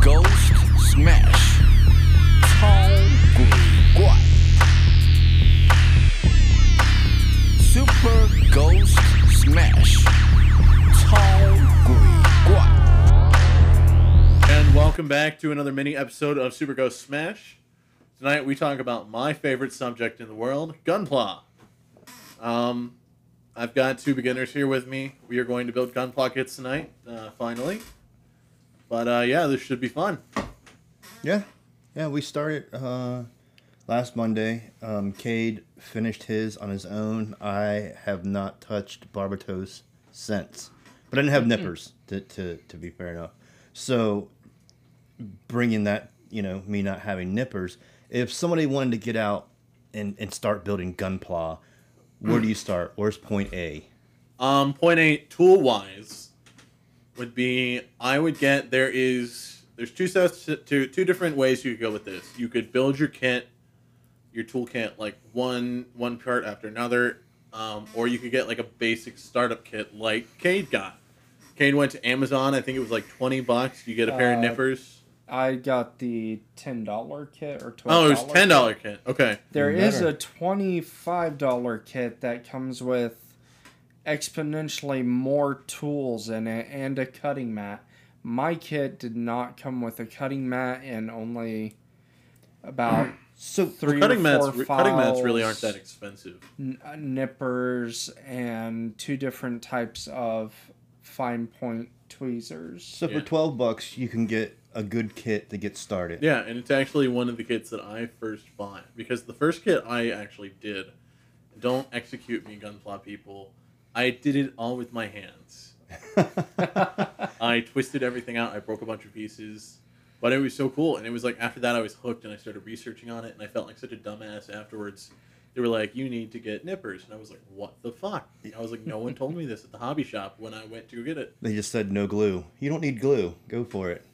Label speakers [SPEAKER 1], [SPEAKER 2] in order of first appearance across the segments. [SPEAKER 1] Ghost Smash，超鬼怪，Super Ghost Smash，超鬼怪。
[SPEAKER 2] And welcome back to another mini episode of Super Ghost Smash. Tonight we talk about my favorite subject in the world, Gunpla. Um, I've got two beginners here with me. We are going to build Gunpla kits tonight, uh, finally. But uh, yeah, this should be fun.
[SPEAKER 3] Yeah, yeah. We started uh, last Monday. Um, Cade finished his on his own. I have not touched Barbatos since, but I didn't have nippers. To, to to be fair enough, so bringing that you know me not having nippers. If somebody wanted to get out and and start building Gunpla, where do you start? Where's point A?
[SPEAKER 2] Um, point eight, tool wise, would be I would get there is there's two sets two two different ways you could go with this. You could build your kit, your tool kit like one one part after another, um, or you could get like a basic startup kit like Cade got. Cade went to Amazon. I think it was like twenty bucks. You get a pair of
[SPEAKER 4] Uh,
[SPEAKER 2] nippers.
[SPEAKER 4] I got the ten dollar kit or twelve.
[SPEAKER 2] Oh, it was ten dollar kit. Okay.
[SPEAKER 4] There
[SPEAKER 3] Even
[SPEAKER 4] is
[SPEAKER 3] better.
[SPEAKER 4] a twenty five dollar kit that comes with exponentially more tools in it and a cutting mat. My kit did not come with a cutting mat and only about
[SPEAKER 3] So
[SPEAKER 4] three
[SPEAKER 2] cutting
[SPEAKER 4] or
[SPEAKER 2] mats.
[SPEAKER 4] four
[SPEAKER 2] Cutting mats really aren't
[SPEAKER 4] files.
[SPEAKER 2] that expensive.
[SPEAKER 4] n- uh, nippers and two different types of fine point tweezers.
[SPEAKER 3] so
[SPEAKER 2] Yeah.
[SPEAKER 3] for twelve bucks, you can get a good kit to get started.
[SPEAKER 2] Yeah, and it's actually one of the kits that I first bought because the first kit I actually did. Don't execute me, gunpla people. I did it all with my hands. I twisted everything out. I broke a bunch of pieces, but it was so cool. And it was like after that, I was hooked, and I started researching on it, and I felt like such a dumbass afterwards. They were like, "You need to get nippers," and I was like, "What the fuck?" I was like, "No one told me this at the hobby shop when I went to go get it."
[SPEAKER 3] They just said no glue. You don't need glue. Go for it.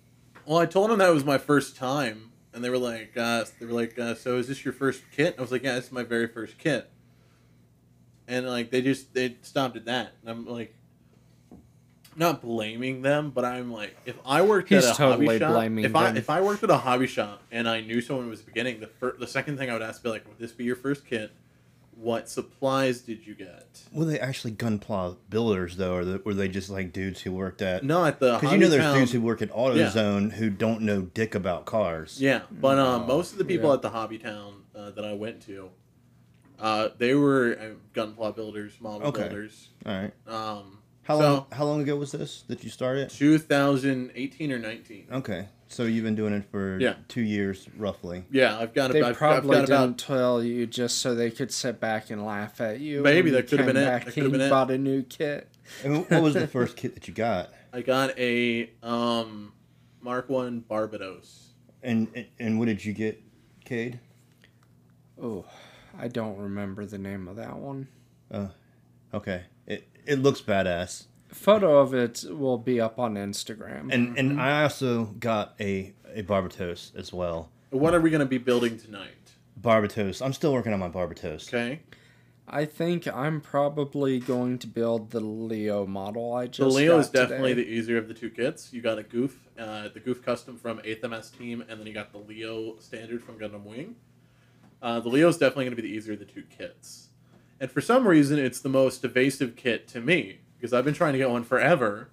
[SPEAKER 2] Well, I told them that was my first time, and they were like, uh, they were like, uh, so is this your first kit? I was like, yeah, this is my very first kit. And like they just they stopped at that, and I'm like, not blaming them, but I'm like, if I worked
[SPEAKER 4] He's
[SPEAKER 2] at a hobby
[SPEAKER 4] totally
[SPEAKER 2] shop,
[SPEAKER 4] blaming
[SPEAKER 2] if I
[SPEAKER 4] them.
[SPEAKER 2] if I worked at a hobby shop and I knew someone was beginning, the fir- the second thing I would ask would be like, would this be your first kit? What supplies did you get?
[SPEAKER 3] Were they actually gunpla builders though, or the, were they just like dudes who worked at?
[SPEAKER 2] No, at the
[SPEAKER 3] because
[SPEAKER 2] hobby
[SPEAKER 3] you know there's
[SPEAKER 2] town-
[SPEAKER 3] dudes who work at AutoZone who don't know dick about cars.
[SPEAKER 2] Yeah, but uh,
[SPEAKER 4] No.
[SPEAKER 2] most of the people
[SPEAKER 4] Mm. Yeah.
[SPEAKER 2] at the Hobby Town uh, that I went to, uh, they were uh, gunpla builders, model
[SPEAKER 3] Okay.
[SPEAKER 2] builders.
[SPEAKER 3] All right.
[SPEAKER 2] Um,
[SPEAKER 3] How
[SPEAKER 2] So-
[SPEAKER 3] long? How long ago was this that you started?
[SPEAKER 2] 2018 or 19.
[SPEAKER 3] Okay, so you've been doing it for
[SPEAKER 2] Yeah.
[SPEAKER 3] two years roughly.
[SPEAKER 2] Yeah, I've got.
[SPEAKER 4] They
[SPEAKER 2] I've,
[SPEAKER 4] probably
[SPEAKER 2] I've got
[SPEAKER 4] didn't
[SPEAKER 2] about.
[SPEAKER 4] tell you just so they could sit back and laugh at you.
[SPEAKER 2] Maybe
[SPEAKER 4] when
[SPEAKER 2] that
[SPEAKER 4] you
[SPEAKER 2] could've
[SPEAKER 4] came
[SPEAKER 2] been it.
[SPEAKER 4] back
[SPEAKER 2] That could've
[SPEAKER 4] and
[SPEAKER 2] been it.
[SPEAKER 4] Bought a new kit.
[SPEAKER 3] And what was the first kit that you got?
[SPEAKER 2] I got a um, Mark One Barbados.
[SPEAKER 3] And and- and what did you get, Cade?
[SPEAKER 4] Oh, I don't remember the name of that one.
[SPEAKER 3] Okay, it it looks badass.
[SPEAKER 4] Photo of it will be up on Instagram.
[SPEAKER 3] And
[SPEAKER 2] Mm-hmm.
[SPEAKER 3] and I also got a a Barbatos as well.
[SPEAKER 2] What are we going to be building tonight?
[SPEAKER 3] Barbatos. I'm still working on my Barbatos.
[SPEAKER 2] Okay,
[SPEAKER 4] I think I'm probably going to build the Leo model. I just
[SPEAKER 2] the Leo
[SPEAKER 4] got
[SPEAKER 2] is definitely
[SPEAKER 4] today.
[SPEAKER 2] the easier of the two kits. You got a Goof, uh, the Goof custom from 8th MS Team, and then you got the Leo standard from Gundam Wing. Uh, the Leo is definitely going to be the easier of the two kits. And for some reason, it's the most evasive kit to me because I've been trying to get one forever.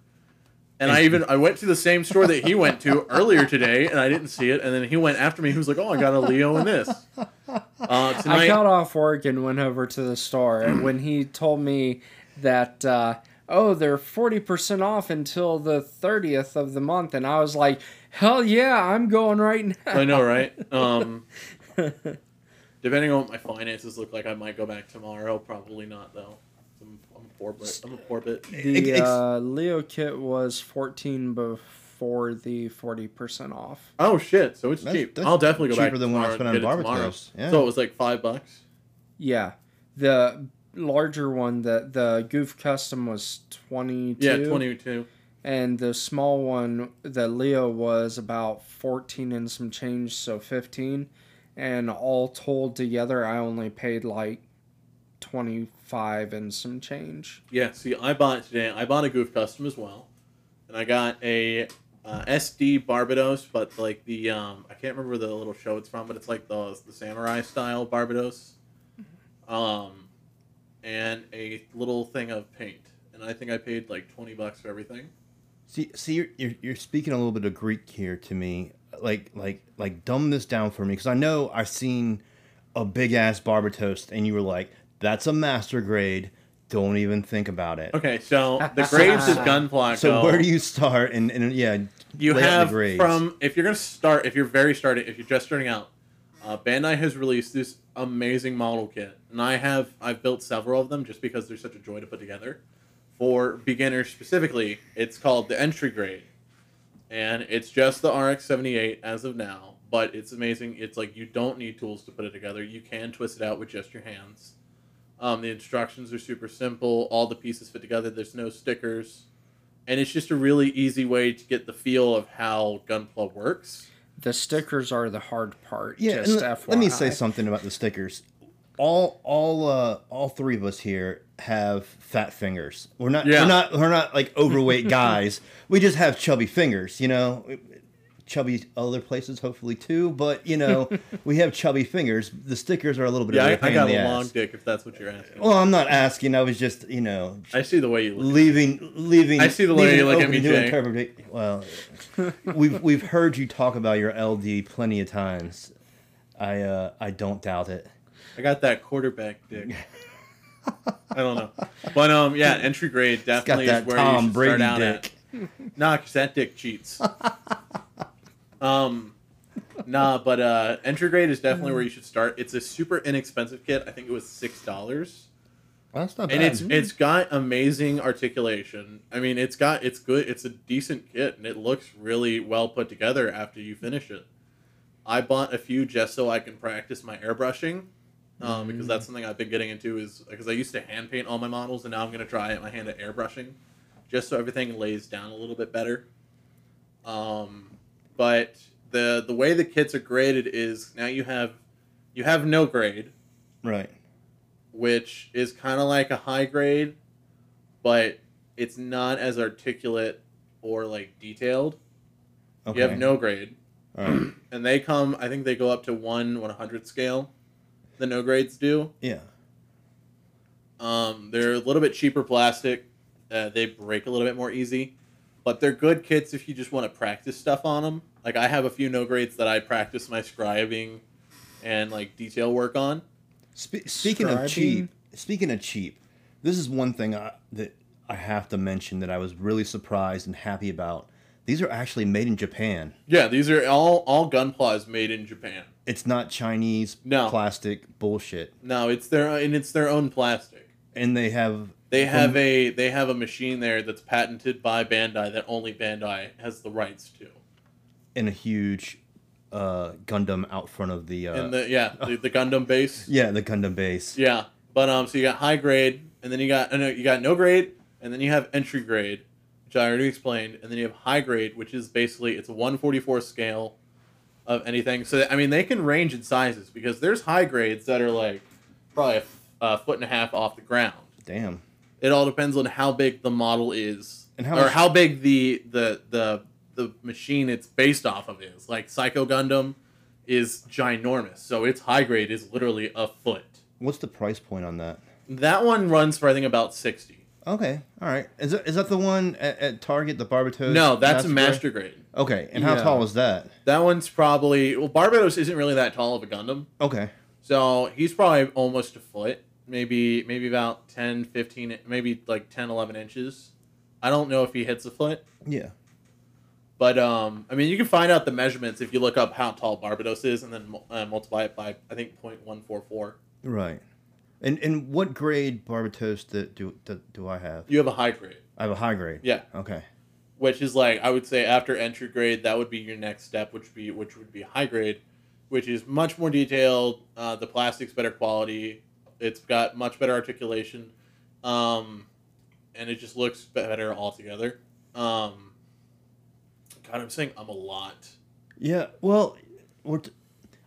[SPEAKER 2] And I even I went to the same store that he went to earlier today, and I didn't see it. And then he went after me. He was like, "Oh, I got a Leo in this." Uh,
[SPEAKER 4] I
[SPEAKER 2] tonight,
[SPEAKER 4] got off work and went over to the store. And when he told me that, uh, oh, they're 40% off until the 30th of the month, and I was like, hell yeah, I'm going right now.
[SPEAKER 2] I know, right? Um, depending on what my finances look like, I might go back tomorrow. Probably not, though. I'm, I'm a poor bit. I'm a poor bit.
[SPEAKER 3] Ex-
[SPEAKER 4] The
[SPEAKER 3] ex-
[SPEAKER 4] uh, Leo kit was 14 before the 40% off.
[SPEAKER 2] Oh shit! So it's
[SPEAKER 3] That's-
[SPEAKER 2] cheap.
[SPEAKER 3] that's
[SPEAKER 2] I'll definitely go back.
[SPEAKER 3] cheaper than what
[SPEAKER 2] tomorrow
[SPEAKER 3] I spent
[SPEAKER 2] and
[SPEAKER 3] on
[SPEAKER 2] get it tomorrow.
[SPEAKER 3] Barbatos, yeah.
[SPEAKER 2] So it was like five bucks.
[SPEAKER 4] Yeah. The larger one, the, the Goof Custom was 22.
[SPEAKER 2] Yeah, twenty-two.
[SPEAKER 4] and the small one the leo was about 14 and some change so 15 and all told together i only paid like 25 and some change
[SPEAKER 2] Yeah. See, I bought today. I bought a Goof Custom as well, and I got a uh, SD Barbados, but like the um, I can't remember the little show it's from, but it's like the the samurai style Barbados, um, and a little thing of paint, and I think I paid like twenty bucks for everything.
[SPEAKER 3] See, see, you're, you're you're speaking a little bit of Greek here to me. Like, like, like, dumb this down for me because I know I've seen a big ass barber toast, and you were like, "That's a master grade. Don't even think about it."
[SPEAKER 2] Okay, so the grades of Gunpla
[SPEAKER 3] So
[SPEAKER 2] go.
[SPEAKER 3] where do you start? And, and yeah,
[SPEAKER 2] you
[SPEAKER 3] lay out the
[SPEAKER 2] have
[SPEAKER 3] grades.
[SPEAKER 2] from if you're gonna start if you're very starting if you're just starting out uh, bandai has released this amazing model kit and i have i've built several of them just because they're such a joy to put together for beginners specifically it's called the entry grade and it's just the rx-78 as of now but it's amazing it's like you don't need tools to put it together you can twist it out with just your hands um, the instructions are super simple all the pieces fit together there's no stickers and it's just a really easy way to get the feel of how Gunpla works.
[SPEAKER 4] The stickers are the hard part.
[SPEAKER 3] yeah. and
[SPEAKER 4] just
[SPEAKER 3] le-
[SPEAKER 4] FYI.
[SPEAKER 3] let me say something about the stickers. All, all, uh, all three of us here have fat fingers. We're not,
[SPEAKER 2] Yeah.
[SPEAKER 3] we're not, we're not like overweight guys. we just have chubby fingers, you know. Chubby other places, hopefully too. But you know, we have chubby fingers. The stickers are a little bit.
[SPEAKER 2] Yeah,
[SPEAKER 3] of
[SPEAKER 2] I,
[SPEAKER 3] a
[SPEAKER 2] I
[SPEAKER 3] pain
[SPEAKER 2] got
[SPEAKER 3] in
[SPEAKER 2] a
[SPEAKER 3] the ass.
[SPEAKER 2] long dick if that's what you're asking.
[SPEAKER 3] Well, I'm not asking. I was just, you know,
[SPEAKER 2] I see the way you look.
[SPEAKER 3] leaving leaving
[SPEAKER 2] I see the way
[SPEAKER 3] leaving
[SPEAKER 2] you
[SPEAKER 3] it
[SPEAKER 2] look at
[SPEAKER 3] open
[SPEAKER 2] me,
[SPEAKER 3] to
[SPEAKER 2] Jay.
[SPEAKER 3] interpreta- well we've we've heard you talk about your ld plenty of times i uh i don't doubt it
[SPEAKER 2] I got that quarterback dick. I don't know, but um, yeah, entry grade
[SPEAKER 3] it's got
[SPEAKER 2] definitely is
[SPEAKER 3] that
[SPEAKER 2] where you
[SPEAKER 3] tom
[SPEAKER 2] should
[SPEAKER 3] brady
[SPEAKER 2] start out
[SPEAKER 3] dick
[SPEAKER 2] at. Nah, 'cause that dick cheats. um, nah, but uh, entry grade is definitely where you should start. It's a super inexpensive kit. I think it was six dollars.
[SPEAKER 3] that's not
[SPEAKER 2] and it's it's got amazing articulation. I mean, it's got it's good. It's a decent kit, and it looks really well put together after you finish it. I bought a few just so I can practice my airbrushing, um, because that's something I've been getting into. Is because I used to hand paint all my models, and now I'm gonna try my hand at airbrushing, just so everything lays down a little bit better. Um, but the the way the kits are graded is now you have you have no grade
[SPEAKER 3] right
[SPEAKER 2] which is kind of like a high grade, but it's not as articulate or like detailed.
[SPEAKER 3] okay
[SPEAKER 2] You have no grade,
[SPEAKER 3] All right.
[SPEAKER 2] and they come. I think they go up to one one hundred scale. The no grades do.
[SPEAKER 3] yeah
[SPEAKER 2] Um, they're a little bit cheaper plastic. Uh, they break a little bit more easy, but they're good kits if you just want to practice stuff on them. Like I have a few no grades that I practice my scribing and like detail work on.
[SPEAKER 3] Spe- speaking of
[SPEAKER 4] Scribing?
[SPEAKER 3] cheap, speaking of cheap, this is one thing I, that I have to mention that I was really surprised and happy about. These are actually made in Japan.
[SPEAKER 2] Yeah, these are all all gunplas made in Japan.
[SPEAKER 3] It's not Chinese
[SPEAKER 2] No.
[SPEAKER 3] plastic bullshit.
[SPEAKER 2] No, it's their and it's their own plastic.
[SPEAKER 3] And they have
[SPEAKER 2] They have a they have a machine there that's patented by Bandai that only Bandai has the rights to.
[SPEAKER 3] in a huge uh, Gundam out front of the uh,
[SPEAKER 2] And the yeah, the, the Gundam base.
[SPEAKER 3] yeah the Gundam base.
[SPEAKER 2] Yeah. But um so you got high grade and then you got uh, no, you got no grade and then you have entry grade, which I already explained, and then you have high grade, which is basically it's a 144 scale of anything. So I mean they can range in sizes because there's high grades that are like probably a, f- a foot and a half off the ground.
[SPEAKER 3] Damn.
[SPEAKER 2] It all depends on how big the model is,
[SPEAKER 3] And how
[SPEAKER 2] or
[SPEAKER 3] much-
[SPEAKER 2] how big the the the the machine it's based off of is. Like Psycho Gundam is ginormous, so its high grade is literally a foot.
[SPEAKER 3] What's the price point on that?
[SPEAKER 2] That one runs for I think about sixty.
[SPEAKER 3] Okay, all right. Is that, is that the one at, at Target, the Barbatos?
[SPEAKER 2] No, that's a
[SPEAKER 3] Master
[SPEAKER 2] master grade.
[SPEAKER 3] Grade? Okay, and how
[SPEAKER 4] Yeah.
[SPEAKER 3] tall is that?
[SPEAKER 2] That one's probably well, Barbados isn't really that tall of a Gundam,
[SPEAKER 3] Okay,
[SPEAKER 2] so he's probably almost a foot, maybe maybe about 10, 15, maybe like 10, 11 inches. I don't know if he hits a foot.
[SPEAKER 3] yeah.
[SPEAKER 2] But um, I mean, you can find out the measurements if you look up how tall Barbados is, and then mul- uh, multiply it by I think 0.144.
[SPEAKER 3] Right. And and what grade Barbatos that do that do I have?
[SPEAKER 2] You have a high grade,
[SPEAKER 3] I have a high grade.
[SPEAKER 2] yeah,
[SPEAKER 3] Okay.
[SPEAKER 2] which is like I would say after entry grade, that would be your next step, which be which would be high grade, which is much more detailed. Uh, the plastic's better quality. It's got much better articulation, um, and it just looks better altogether. Um, God, I'm saying I'm a lot.
[SPEAKER 3] Yeah. Well, we're t-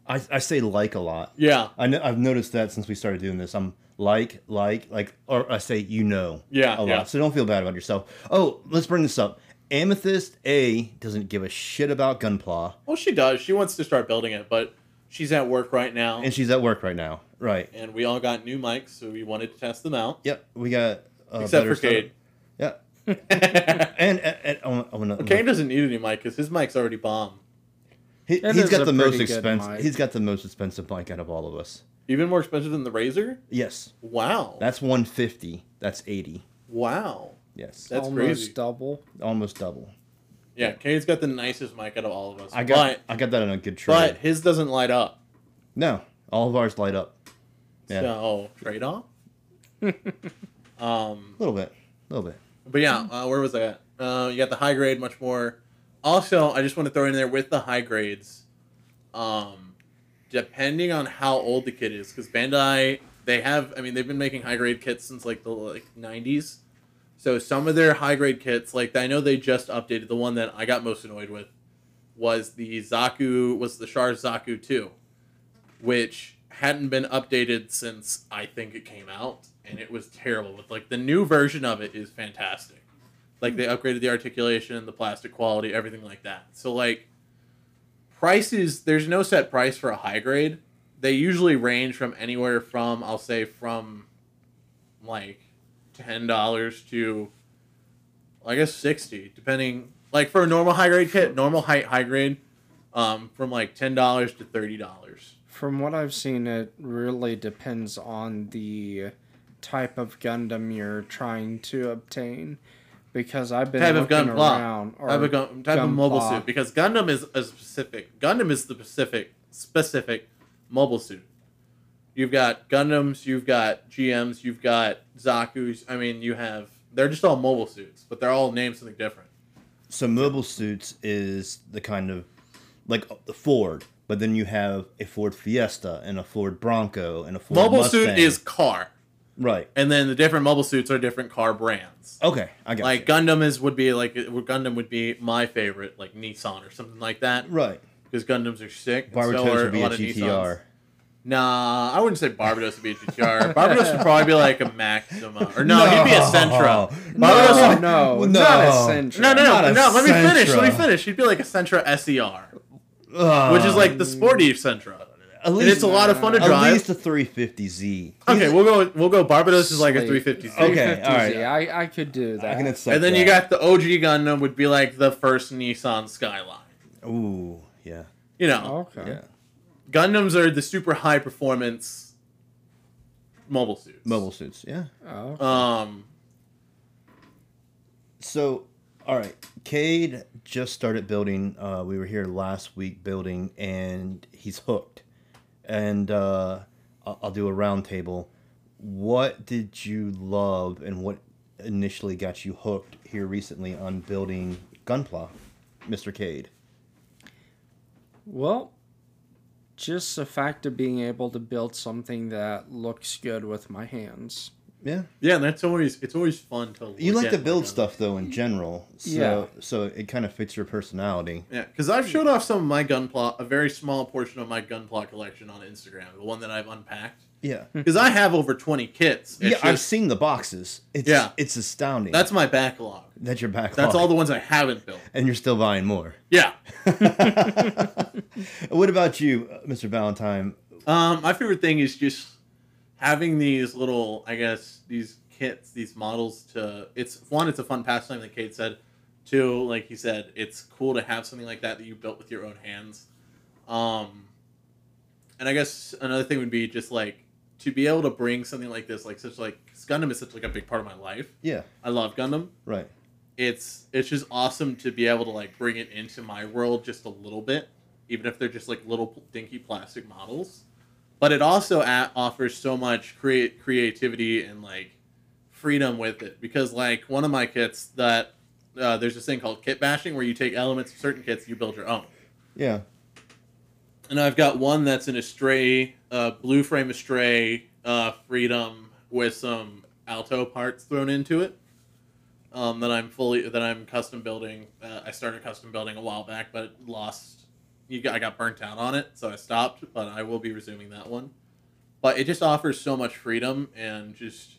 [SPEAKER 3] I I say like a lot.
[SPEAKER 2] Yeah,
[SPEAKER 3] I know, I've noticed that since we started doing this. I'm like like like or I say you know
[SPEAKER 2] yeah,
[SPEAKER 3] a lot.
[SPEAKER 2] yeah.
[SPEAKER 3] So don't feel bad about yourself. Oh, let's bring this up. Amethyst A doesn't give a shit about Gunpla,
[SPEAKER 2] Well, she does. She wants to start building it, but she's at work right now,
[SPEAKER 3] and
[SPEAKER 2] and,
[SPEAKER 3] she's at work right now. Right.
[SPEAKER 2] we all got new mics, so we wanted to test them out.
[SPEAKER 3] Yep. We got. Uh,
[SPEAKER 2] Except
[SPEAKER 3] better
[SPEAKER 2] for
[SPEAKER 3] stuff.
[SPEAKER 2] Cade.
[SPEAKER 3] Yep.
[SPEAKER 2] Cade
[SPEAKER 3] And, and, and oh, I wanna- I wanna-
[SPEAKER 2] doesn't need any mic because his mic's already bomb.
[SPEAKER 3] He,
[SPEAKER 4] It
[SPEAKER 3] he's
[SPEAKER 4] is
[SPEAKER 3] got
[SPEAKER 4] a
[SPEAKER 3] the most
[SPEAKER 4] pretty good
[SPEAKER 3] expensive.
[SPEAKER 4] mic.
[SPEAKER 3] He's got the most expensive mic out of all of us.
[SPEAKER 2] Even more expensive than the Razor.
[SPEAKER 3] Yes,
[SPEAKER 2] Wow.
[SPEAKER 3] that's one fifty. That's eighty.
[SPEAKER 2] wow.
[SPEAKER 3] Yes,
[SPEAKER 2] That's
[SPEAKER 4] almost
[SPEAKER 2] crazy.
[SPEAKER 4] double.
[SPEAKER 3] almost double.
[SPEAKER 2] Yeah, Cade's got the nicest mic out of all of us.
[SPEAKER 3] I got I got that on a good
[SPEAKER 2] but, but
[SPEAKER 3] trade.
[SPEAKER 2] his doesn't light up.
[SPEAKER 3] No, all of ours light up. Yeah, a
[SPEAKER 2] So trade off. um,
[SPEAKER 3] little bit, a little bit.
[SPEAKER 2] But yeah, uh, where was I at? Uh, you got the high grade, much more. Also, I just want to throw in there with the high grades, um, depending on how old the kit is, because Bandai they have, I mean, they've been making high grade kits since like the like '90s. So some of their high grade kits, like I know they just updated the one that I got most annoyed with, was the Zaku was the Char Zaku two, which hadn't been updated since I think it came out, and it was terrible. But like the new version of it is fantastic. Like they upgraded the articulation, the plastic quality, everything like that. So like prices, there's no set price for a high grade. They usually range from anywhere from I'll say from like ten dollars to I guess sixty, depending like for a normal high grade kit, normal height high grade, um, from like ten dollars to thirty dollars.
[SPEAKER 4] From what I've seen, it really depends on the type of Gundam you're trying to obtain. Because I've been
[SPEAKER 2] type of
[SPEAKER 4] looking
[SPEAKER 2] gun plot,
[SPEAKER 4] around, or
[SPEAKER 2] type of gun, type of mobile
[SPEAKER 4] Gunpla.
[SPEAKER 2] suit because Gundam is a specific. Gundam is the specific specific mobile suit. You've got Gundams, you've got GMs, you've got Zaku's. I mean, you have they're just all mobile suits, but they're all named something different.
[SPEAKER 3] So mobile suits is the kind of like the Ford, but then you have a Ford Fiesta and a Ford Bronco and a Ford
[SPEAKER 2] mobile
[SPEAKER 3] Mustang.
[SPEAKER 2] suit is car,
[SPEAKER 3] right.
[SPEAKER 2] and then the different mobile suits are different car brands.
[SPEAKER 3] Okay, I got
[SPEAKER 2] Like
[SPEAKER 3] you.
[SPEAKER 2] Gundam is would be like it- Gundam would be my favorite, like Nissan or something like that,
[SPEAKER 3] right.
[SPEAKER 2] because Gundams are sick. and
[SPEAKER 3] Barbatos
[SPEAKER 2] so are
[SPEAKER 3] would be a
[SPEAKER 2] lot of Nissans.
[SPEAKER 3] GTR.
[SPEAKER 2] Nah, I wouldn't say Barbados would be a GTR. Barbados would probably be like a Maxima. Or no, he'd be a Sentra. Barbados
[SPEAKER 4] No,
[SPEAKER 2] would-
[SPEAKER 4] Oh, no,
[SPEAKER 3] Oh, No.
[SPEAKER 4] not Essentra.
[SPEAKER 2] No, no,
[SPEAKER 3] Not
[SPEAKER 2] no,
[SPEAKER 3] a
[SPEAKER 2] no, let me finish, let
[SPEAKER 3] Sentra.
[SPEAKER 2] me finish. He'd be like a Sentra SER,
[SPEAKER 3] Ugh.
[SPEAKER 2] which is like the sporty Sentra.
[SPEAKER 3] at
[SPEAKER 2] And it's a lot of fun to
[SPEAKER 3] at
[SPEAKER 2] drive.
[SPEAKER 3] least a 350Z.
[SPEAKER 2] okay, we'll go we'll go Barbados is like a 350
[SPEAKER 3] Okay,
[SPEAKER 4] 350Z,
[SPEAKER 3] alright.
[SPEAKER 4] I, I could do
[SPEAKER 3] I
[SPEAKER 4] that.
[SPEAKER 3] can accept
[SPEAKER 2] And then you
[SPEAKER 3] that.
[SPEAKER 2] got the OG Gundam would be like the first Nissan Skyline.
[SPEAKER 3] Ooh, yeah,
[SPEAKER 2] You know,
[SPEAKER 4] okay.
[SPEAKER 3] yeah.
[SPEAKER 2] Gundams are the super high performance mobile suits.
[SPEAKER 3] Mobile suits, yeah.
[SPEAKER 4] Oh.
[SPEAKER 2] Um
[SPEAKER 3] So, all right, Cade just started building. Uh, we were here last week building, and he's hooked. And uh, I'll, I'll do a roundtable. What did you love, and what initially got you hooked here recently on building Gunpla, Mister Cade?
[SPEAKER 4] Well, just the fact of being able to build something that looks good with my hands.
[SPEAKER 3] Yeah,
[SPEAKER 2] yeah, and that's always it's always fun to
[SPEAKER 3] you
[SPEAKER 2] look
[SPEAKER 3] like
[SPEAKER 2] at
[SPEAKER 3] to
[SPEAKER 2] my
[SPEAKER 3] build
[SPEAKER 2] Gundam.
[SPEAKER 3] stuff though in general. So,
[SPEAKER 4] Yeah.
[SPEAKER 3] So it kind of fits your personality.
[SPEAKER 2] Yeah, because I've showed off some of my gun plot, a very small portion of my gun plot collection on Instagram, the one that I've unpacked.
[SPEAKER 3] Yeah.
[SPEAKER 2] Because I have over 20 kits. It's
[SPEAKER 3] yeah, I've
[SPEAKER 2] just-
[SPEAKER 3] seen the boxes. It's,
[SPEAKER 2] Yeah.
[SPEAKER 3] it's astounding.
[SPEAKER 2] that's my backlog.
[SPEAKER 3] that's your backlog.
[SPEAKER 2] That's all the ones I haven't built.
[SPEAKER 3] and you're still buying more.
[SPEAKER 2] Yeah.
[SPEAKER 3] What about you, uh, Mr. Valentine?
[SPEAKER 2] Um, my favorite thing is just having these little, I guess, these kits, these models to. It's one, it's a fun pastime, like Kate said. Two, like he said, it's cool to have something like that that you built with your own hands. Um, and I guess another thing would be just like to be able to bring something like this, like such like 'cause Gundam is such like a big part of my life.
[SPEAKER 3] Yeah,
[SPEAKER 2] I love Gundam.
[SPEAKER 3] right.
[SPEAKER 2] It's it's just awesome to be able to like bring it into my world just a little bit, even if they're just like little dinky plastic models. But it also a offers so much create creativity and like freedom with it because like one of my kits that uh, there's this thing called kit bashing where you take elements of certain kits you build your own.
[SPEAKER 3] Yeah,
[SPEAKER 2] And I've got one that's an Astray, uh, blue frame Astray uh, Freedom with some alto parts thrown into it. Um, that I'm fully that I'm custom building. Uh, I started custom building a while back, but lost. You got, I got burnt out on it, so I stopped. But I will be resuming that one. But it just offers so much freedom and just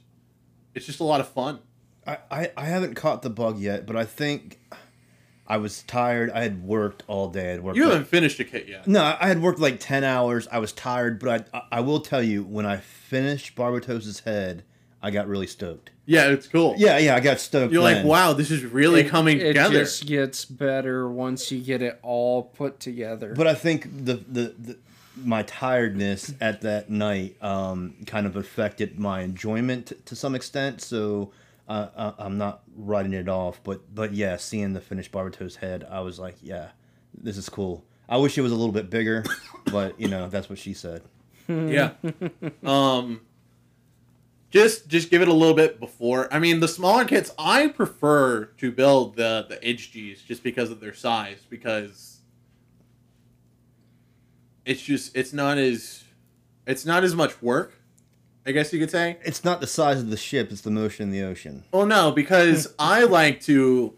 [SPEAKER 2] it's just a lot of fun.
[SPEAKER 3] I, I, I haven't caught the bug yet, but I think I was tired. I had worked all day. I'd worked.
[SPEAKER 2] You
[SPEAKER 3] like-
[SPEAKER 2] haven't finished a kit yet.
[SPEAKER 3] no, I had worked like ten hours. I was tired, but I I will tell you when I finished Barbatos's head, I got really stoked.
[SPEAKER 2] Yeah, it's cool.
[SPEAKER 3] Yeah, yeah, I got stoked.
[SPEAKER 2] You're like,
[SPEAKER 3] then.
[SPEAKER 2] wow, this is really
[SPEAKER 4] It-
[SPEAKER 2] coming
[SPEAKER 4] it
[SPEAKER 2] together.
[SPEAKER 4] just gets better once you get it all put together.
[SPEAKER 3] But I think the the, the my tiredness at that night um, kind of affected my enjoyment t- to some extent. So uh, uh, I'm not writing it off, but but yeah, seeing the finished Barbatos's head, I was like, yeah, this is cool. I wish it was a little bit bigger, but you know that's what she said.
[SPEAKER 2] yeah. Um just just give it a little bit before. I mean, the smaller kits I prefer to build the the HGs just because of their size because it's just it's not as it's not as much work, I guess you could say.
[SPEAKER 3] It's not the size of the ship; it's the motion in the ocean.
[SPEAKER 2] Well, no, because I like to,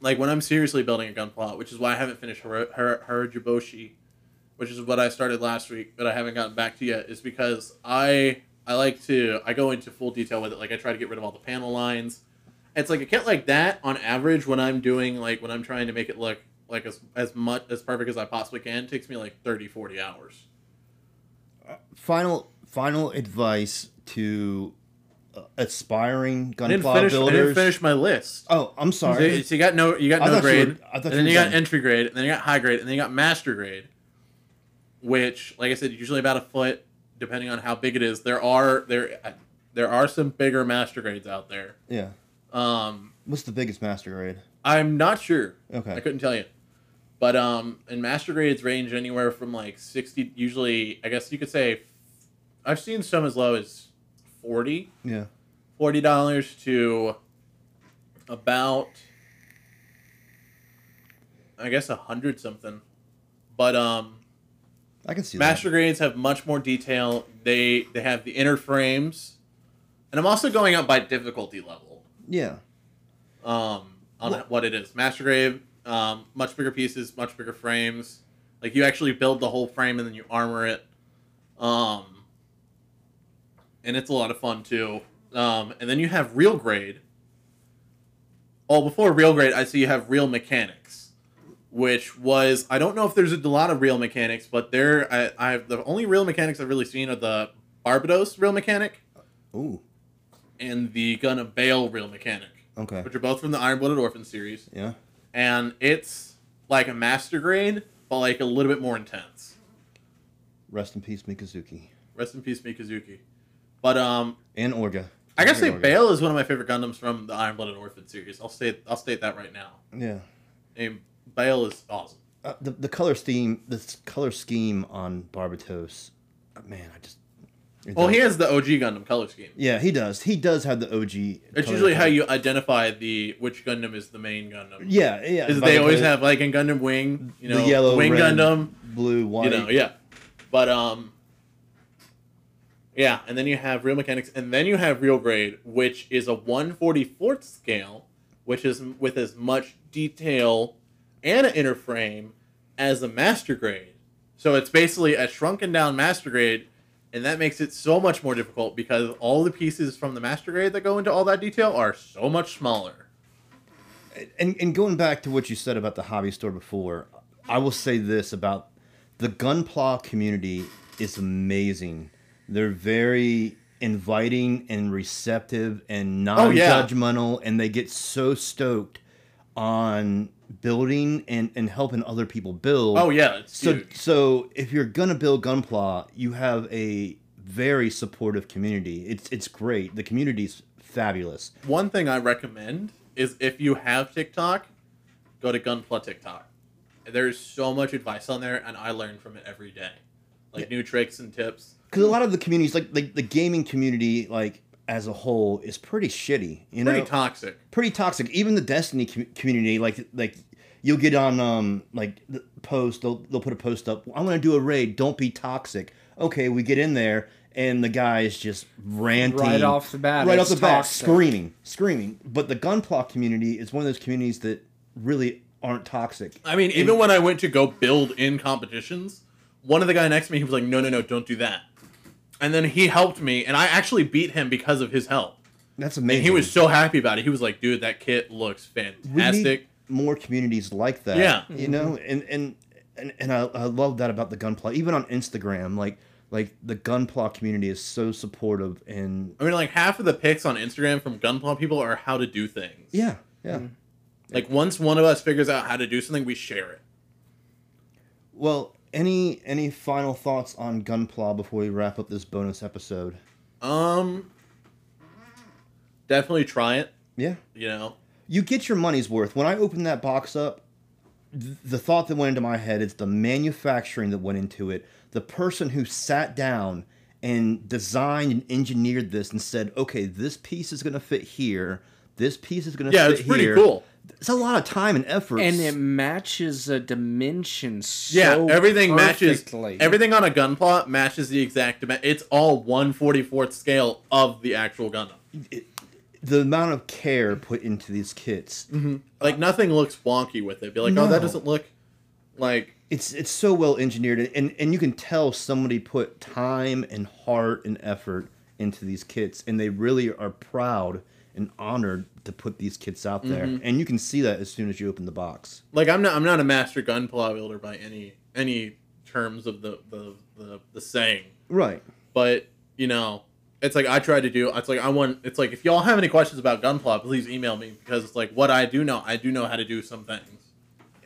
[SPEAKER 2] like when I'm seriously building a gun plot, which is why I haven't finished Har- Har- Harajuboshi, which is what I started last week, but I haven't gotten back to yet, is because I I like to I go into full detail with it. Like I try to get rid of all the panel lines. It's like a kit like that on average when I'm doing like when I'm trying to make it look like as as much as perfect as I possibly can takes me like 30 40 hours.
[SPEAKER 3] Final final advice to uh, aspiring
[SPEAKER 2] I didn't
[SPEAKER 3] gunpla
[SPEAKER 2] finish I didn't
[SPEAKER 3] builders.
[SPEAKER 2] finish my list.
[SPEAKER 3] Oh, I'm
[SPEAKER 2] So,
[SPEAKER 3] sorry.
[SPEAKER 2] so you got no, you got
[SPEAKER 3] I
[SPEAKER 2] no
[SPEAKER 3] thought you
[SPEAKER 2] grade,
[SPEAKER 3] were- I
[SPEAKER 2] and
[SPEAKER 3] thought you
[SPEAKER 2] then
[SPEAKER 3] were
[SPEAKER 2] you got
[SPEAKER 3] done.
[SPEAKER 2] entry grade, and then you got high grade, and then you got master grade. Which, like I said, usually about a foot, depending on how big it is. There are there there are some bigger master grades out there.
[SPEAKER 3] Yeah.
[SPEAKER 2] Um,
[SPEAKER 3] What's the biggest master grade?
[SPEAKER 2] I'm not sure.
[SPEAKER 3] Okay.
[SPEAKER 2] I couldn't tell you. But um, and master grades range anywhere from like sixty. Usually, I guess you could say, I've seen some as low as forty.
[SPEAKER 3] Yeah.
[SPEAKER 2] forty dollars to about I guess a hundred something. But um
[SPEAKER 3] I can see
[SPEAKER 2] master grades have much more detail. They they have the inner frames. And I'm also going up by difficulty level
[SPEAKER 3] that. Yeah.
[SPEAKER 2] um, on
[SPEAKER 3] Well-
[SPEAKER 2] what it is. Master grade, um, much bigger pieces, much bigger frames. Like you actually build the whole frame and then you armor it. Um, and it's a lot of fun too. Um, and then you have real grade. Oh, before real grade, I see you have real mechanics, which was I don't know if there's a lot of real mechanics, but there I I've the only real mechanics I've really seen are the Barbados real mechanic
[SPEAKER 3] Ooh.
[SPEAKER 2] and the Gun of Bale real mechanic
[SPEAKER 3] Okay.
[SPEAKER 2] which are both from the Iron Blooded Orphan series,
[SPEAKER 3] Yeah.
[SPEAKER 2] and it's like a master grade, but like a little bit more intense.
[SPEAKER 3] Rest in peace, Mikazuki.
[SPEAKER 2] Rest in peace, Mikazuki. But um,
[SPEAKER 3] And Orga.
[SPEAKER 2] I gotta say,
[SPEAKER 3] Orga.
[SPEAKER 2] Bale is one of my favorite Gundams from the Iron Blooded Orphan series. I'll say I'll state that right now.
[SPEAKER 3] Yeah.
[SPEAKER 2] And Bale is awesome.
[SPEAKER 3] Uh, the, the color scheme, the s- color scheme on Barbatos, uh, man, I just. it
[SPEAKER 2] Well,
[SPEAKER 3] does-
[SPEAKER 2] he has the OG Gundam color scheme.
[SPEAKER 3] Yeah, he does. He does have the OG.
[SPEAKER 2] It's
[SPEAKER 3] color
[SPEAKER 2] usually how
[SPEAKER 3] scheme.
[SPEAKER 2] you identify the which Gundam is the main Gundam.
[SPEAKER 3] Yeah, yeah.
[SPEAKER 2] Is
[SPEAKER 3] by
[SPEAKER 2] they
[SPEAKER 3] the
[SPEAKER 2] always
[SPEAKER 3] color-
[SPEAKER 2] have like in Gundam Wing, you know,
[SPEAKER 3] the yellow,
[SPEAKER 2] Wing
[SPEAKER 3] red,
[SPEAKER 2] Gundam,
[SPEAKER 3] blue, white.
[SPEAKER 2] you know, yeah. But um, yeah, and then you have real mechanics, and then you have real grade, which is a one forty fourth scale, which is m- with as much detail and an inner frame as a master grade. So it's basically a shrunken down master grade, and that makes it so much more difficult because all the pieces from the master grade that go into all that detail are so much smaller.
[SPEAKER 3] and and going back to what you said about the hobby store before, I will say this about the gunpla community is amazing. They're very inviting and receptive and
[SPEAKER 2] Oh, yeah.
[SPEAKER 3] non-judgmental, and they get so stoked on building and and helping other people build.
[SPEAKER 2] Oh yeah, it's
[SPEAKER 3] So
[SPEAKER 2] huge.
[SPEAKER 3] so if you're gonna build Gunpla, you have a very supportive community. It's it's great. The community's fabulous.
[SPEAKER 2] one thing I recommend is if you have TikTok, go to Gunpla TikTok. There's so much advice on there, and I learn from it every day, like new tricks and tips.
[SPEAKER 3] because a lot of the communities like, like the gaming community like as a whole is pretty shitty you know
[SPEAKER 2] Pretty toxic.
[SPEAKER 3] pretty toxic even the destiny com- community like like you'll get on um like the post they'll, they'll put a post up i'm gonna do a raid don't be toxic okay we get in there and the guy is just ranting
[SPEAKER 4] Right off the bat,
[SPEAKER 3] right off
[SPEAKER 4] it's
[SPEAKER 3] the bat
[SPEAKER 4] toxic.
[SPEAKER 3] screaming screaming but the gunpla community is one of those communities that really aren't toxic
[SPEAKER 2] I mean, even when I went to go build in competitions, one of the guy next to me, he was like, "No, no, no, don't do that." And then he helped me, and I actually beat him because of his help.
[SPEAKER 3] that's
[SPEAKER 2] And
[SPEAKER 3] amazing
[SPEAKER 2] he was so happy about it. He was like, "Dude, that kit looks
[SPEAKER 3] We need-
[SPEAKER 2] fantastic."
[SPEAKER 3] We need, more communities like that.
[SPEAKER 2] Yeah.
[SPEAKER 3] you know, and and and, and I, I love that about the gunpla. Even on Instagram, like like the gunpla community is so supportive and
[SPEAKER 2] I mean, like half of the pics on Instagram from Gunpla people are how to do things.
[SPEAKER 3] yeah yeah.
[SPEAKER 2] Like once one of us figures out how to do something, we share it.
[SPEAKER 3] Well, any any final thoughts on gunpla before we wrap up this bonus episode?
[SPEAKER 2] Um, definitely try it.
[SPEAKER 3] Yeah.
[SPEAKER 2] You know,
[SPEAKER 3] you get your money's worth. When I opened that box up, th- the thought that went into my head is the manufacturing that went into it, the person who sat down and designed and engineered this and said, "Okay, this piece is going to fit here. This piece is going to
[SPEAKER 2] yeah,
[SPEAKER 3] fit
[SPEAKER 2] it's pretty
[SPEAKER 3] here."
[SPEAKER 2] cool.
[SPEAKER 3] It's a lot of time and effort.
[SPEAKER 4] And it matches the dimensions. So
[SPEAKER 2] Yeah, everything matches.
[SPEAKER 4] perfectly.
[SPEAKER 2] Everything on a Gunpla matches the exact. Dima- it's all one forty fourth scale of the actual Gundam.
[SPEAKER 3] the amount of care put into these kits.
[SPEAKER 2] Like nothing looks wonky with it. Be like, oh,
[SPEAKER 3] No.
[SPEAKER 2] that doesn't look like
[SPEAKER 3] It's it's so well engineered and, and and you can tell somebody put time and heart and effort into these kits and they really are proud and honored to put these kits out there. And you can see that as soon as you open the box.
[SPEAKER 2] like I'm not I'm not a master Gunpla builder by any any terms of the the the, the saying.
[SPEAKER 3] Right.
[SPEAKER 2] but you know it's like i try to do it's like i want it's like if y'all have any questions about gunpla please email me because it's like what i do know i do know how to do some things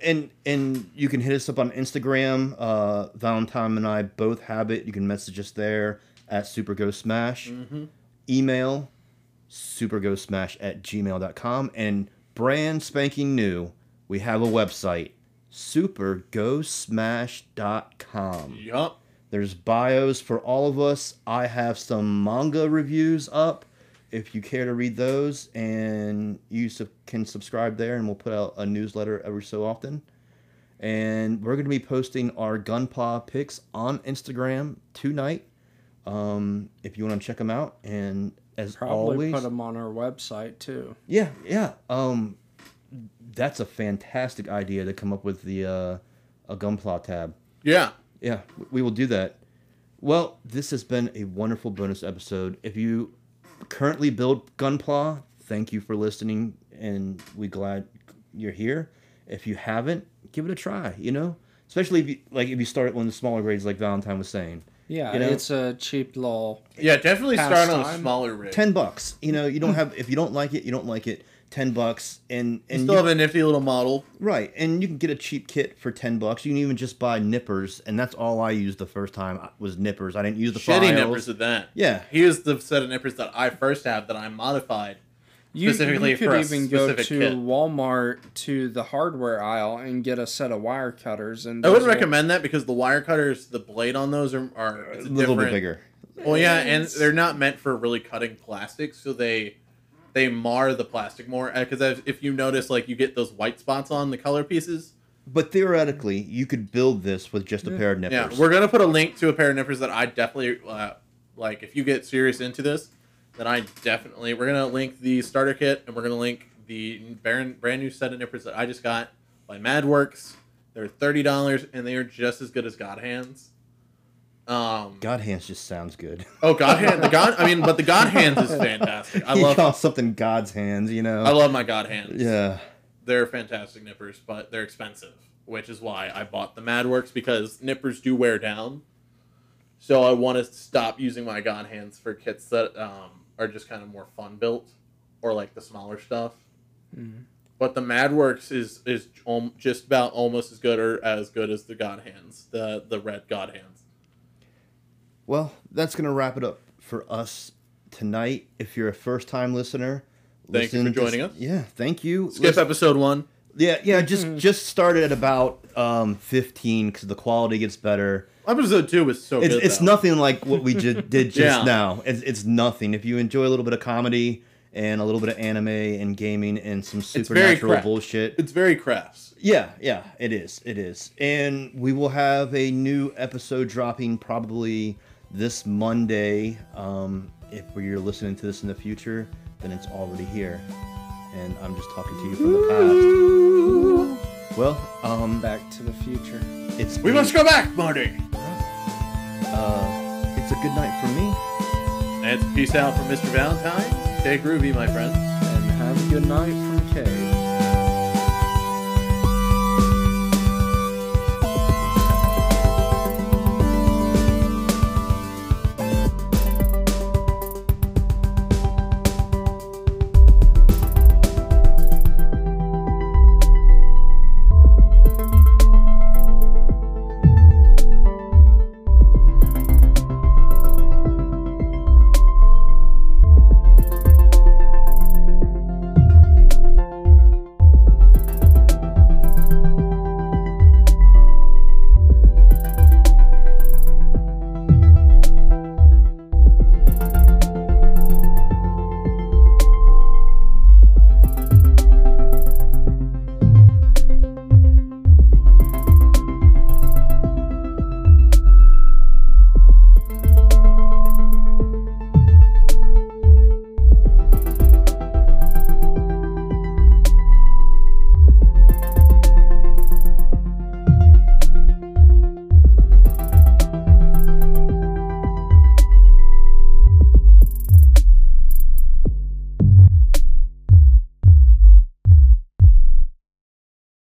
[SPEAKER 3] And and you can hit us up on Instagram. Uh Valentine and I both have it. You can message us there at Super Ghost Smash. Email superghostsmash at gmail.com and brand spanking new we have a website superghostsmash.com
[SPEAKER 2] yup
[SPEAKER 3] there's bios for all of us i have some manga reviews up if you care to read those and you sub- can subscribe there and we'll put out a newsletter every so often and we're going to be posting our gunpaw pics on instagram tonight um, if you want to check them out and as
[SPEAKER 4] Probably
[SPEAKER 3] always
[SPEAKER 4] put them on our website too.
[SPEAKER 3] yeah, yeah. Um, that's a fantastic idea to come up with the uh, a gunpla tab.
[SPEAKER 2] yeah
[SPEAKER 3] Yeah, we will do that. Well, this has been a wonderful bonus episode. If you currently build gunpla, thank you for listening, and we glad you're here. If you haven't, give it a try. You know, especially if you, like if you start at one of the smaller grades, like Valentine was saying,
[SPEAKER 4] Yeah,
[SPEAKER 3] You know?
[SPEAKER 4] it's a cheap little.
[SPEAKER 2] yeah definitely
[SPEAKER 4] Past
[SPEAKER 2] start on a
[SPEAKER 4] time.
[SPEAKER 2] smaller rig
[SPEAKER 3] ten bucks. You know, you don't have if you don't like it, you don't like it. Ten bucks, and and
[SPEAKER 2] you still have
[SPEAKER 3] you-
[SPEAKER 2] a nifty little model
[SPEAKER 3] Right, and you can get a cheap kit for ten bucks. You can even just buy nippers, and that's all I used the first time I- was nippers. I didn't use the
[SPEAKER 2] shitty
[SPEAKER 3] files.
[SPEAKER 2] nippers at that
[SPEAKER 3] Yeah.
[SPEAKER 2] here's the set of nippers that i first have that i modified
[SPEAKER 4] You,
[SPEAKER 2] Specifically
[SPEAKER 4] you
[SPEAKER 2] for
[SPEAKER 4] could
[SPEAKER 2] a
[SPEAKER 4] even go to
[SPEAKER 2] specific kit.
[SPEAKER 4] Walmart to the hardware aisle and get a set of wire cutters. And
[SPEAKER 2] i
[SPEAKER 4] those
[SPEAKER 2] would
[SPEAKER 4] will-
[SPEAKER 2] recommend that because the wire cutters the blade on those are, are
[SPEAKER 3] a
[SPEAKER 2] it's a
[SPEAKER 3] little bit
[SPEAKER 2] different-
[SPEAKER 3] bigger.
[SPEAKER 2] Well, yeah, and they're not meant for really cutting plastic, so they they mar the plastic more. Because if you notice, like you get those white spots on the color pieces.
[SPEAKER 3] But theoretically, you could build this with just a pair of
[SPEAKER 2] Yeah,
[SPEAKER 3] nippers.
[SPEAKER 2] we're gonna put a link to a pair of nippers that I definitely uh, like. If you get serious into this, then I definitely we're gonna link the starter kit and we're gonna link the brand brand new set of nippers that I just got by MadWorks. They're thirty dollars and they are just as good as God Hands. Um,
[SPEAKER 3] God hands just sounds good.
[SPEAKER 2] oh God Hand the God I mean, but the God Hands is fantastic. I
[SPEAKER 3] you
[SPEAKER 2] love
[SPEAKER 3] call something God's hands, you know.
[SPEAKER 2] I love my God hands.
[SPEAKER 3] yeah,
[SPEAKER 2] They're fantastic nippers, but they're expensive, which is why I bought the Madworks because nippers do wear down. So I want to stop using my God hands for kits that um, are just kind of more fun built or like the smaller stuff.
[SPEAKER 3] Mm-hmm.
[SPEAKER 2] But the Madworks is is om- just about almost as good or as good as the God hands, the the red God hands.
[SPEAKER 3] Well, that's going to wrap it up for us tonight. If you're a first time listener,
[SPEAKER 2] Thank you for
[SPEAKER 3] listen to-
[SPEAKER 2] joining us.
[SPEAKER 3] Yeah, thank you.
[SPEAKER 2] Skip episode one.
[SPEAKER 3] Yeah, yeah. Just just started at about um, fifteen because the quality gets better.
[SPEAKER 2] Episode two was so
[SPEAKER 3] It's,
[SPEAKER 2] good.
[SPEAKER 3] it's
[SPEAKER 2] though.
[SPEAKER 3] nothing like what we just did just
[SPEAKER 2] Yeah.
[SPEAKER 3] now. It's, it's nothing. If you enjoy a little bit of comedy and a little bit of anime and gaming and some
[SPEAKER 2] very
[SPEAKER 3] supernatural
[SPEAKER 2] crap.
[SPEAKER 3] bullshit.
[SPEAKER 2] It's very crafts.
[SPEAKER 3] Yeah, yeah, it is. It is. And we will have a new episode dropping probably this Monday. Um, if you're listening to this in the future, then it's already here. And I'm just talking to you from the past. Well, um,
[SPEAKER 4] Back to the future.
[SPEAKER 3] it's
[SPEAKER 2] We
[SPEAKER 3] been-
[SPEAKER 2] must go back, Marty.
[SPEAKER 3] Uh, it's a good night from me.
[SPEAKER 2] And it's peace out from Mr. Valentine. Stay groovy, my friends.
[SPEAKER 4] And have a good night from Kay.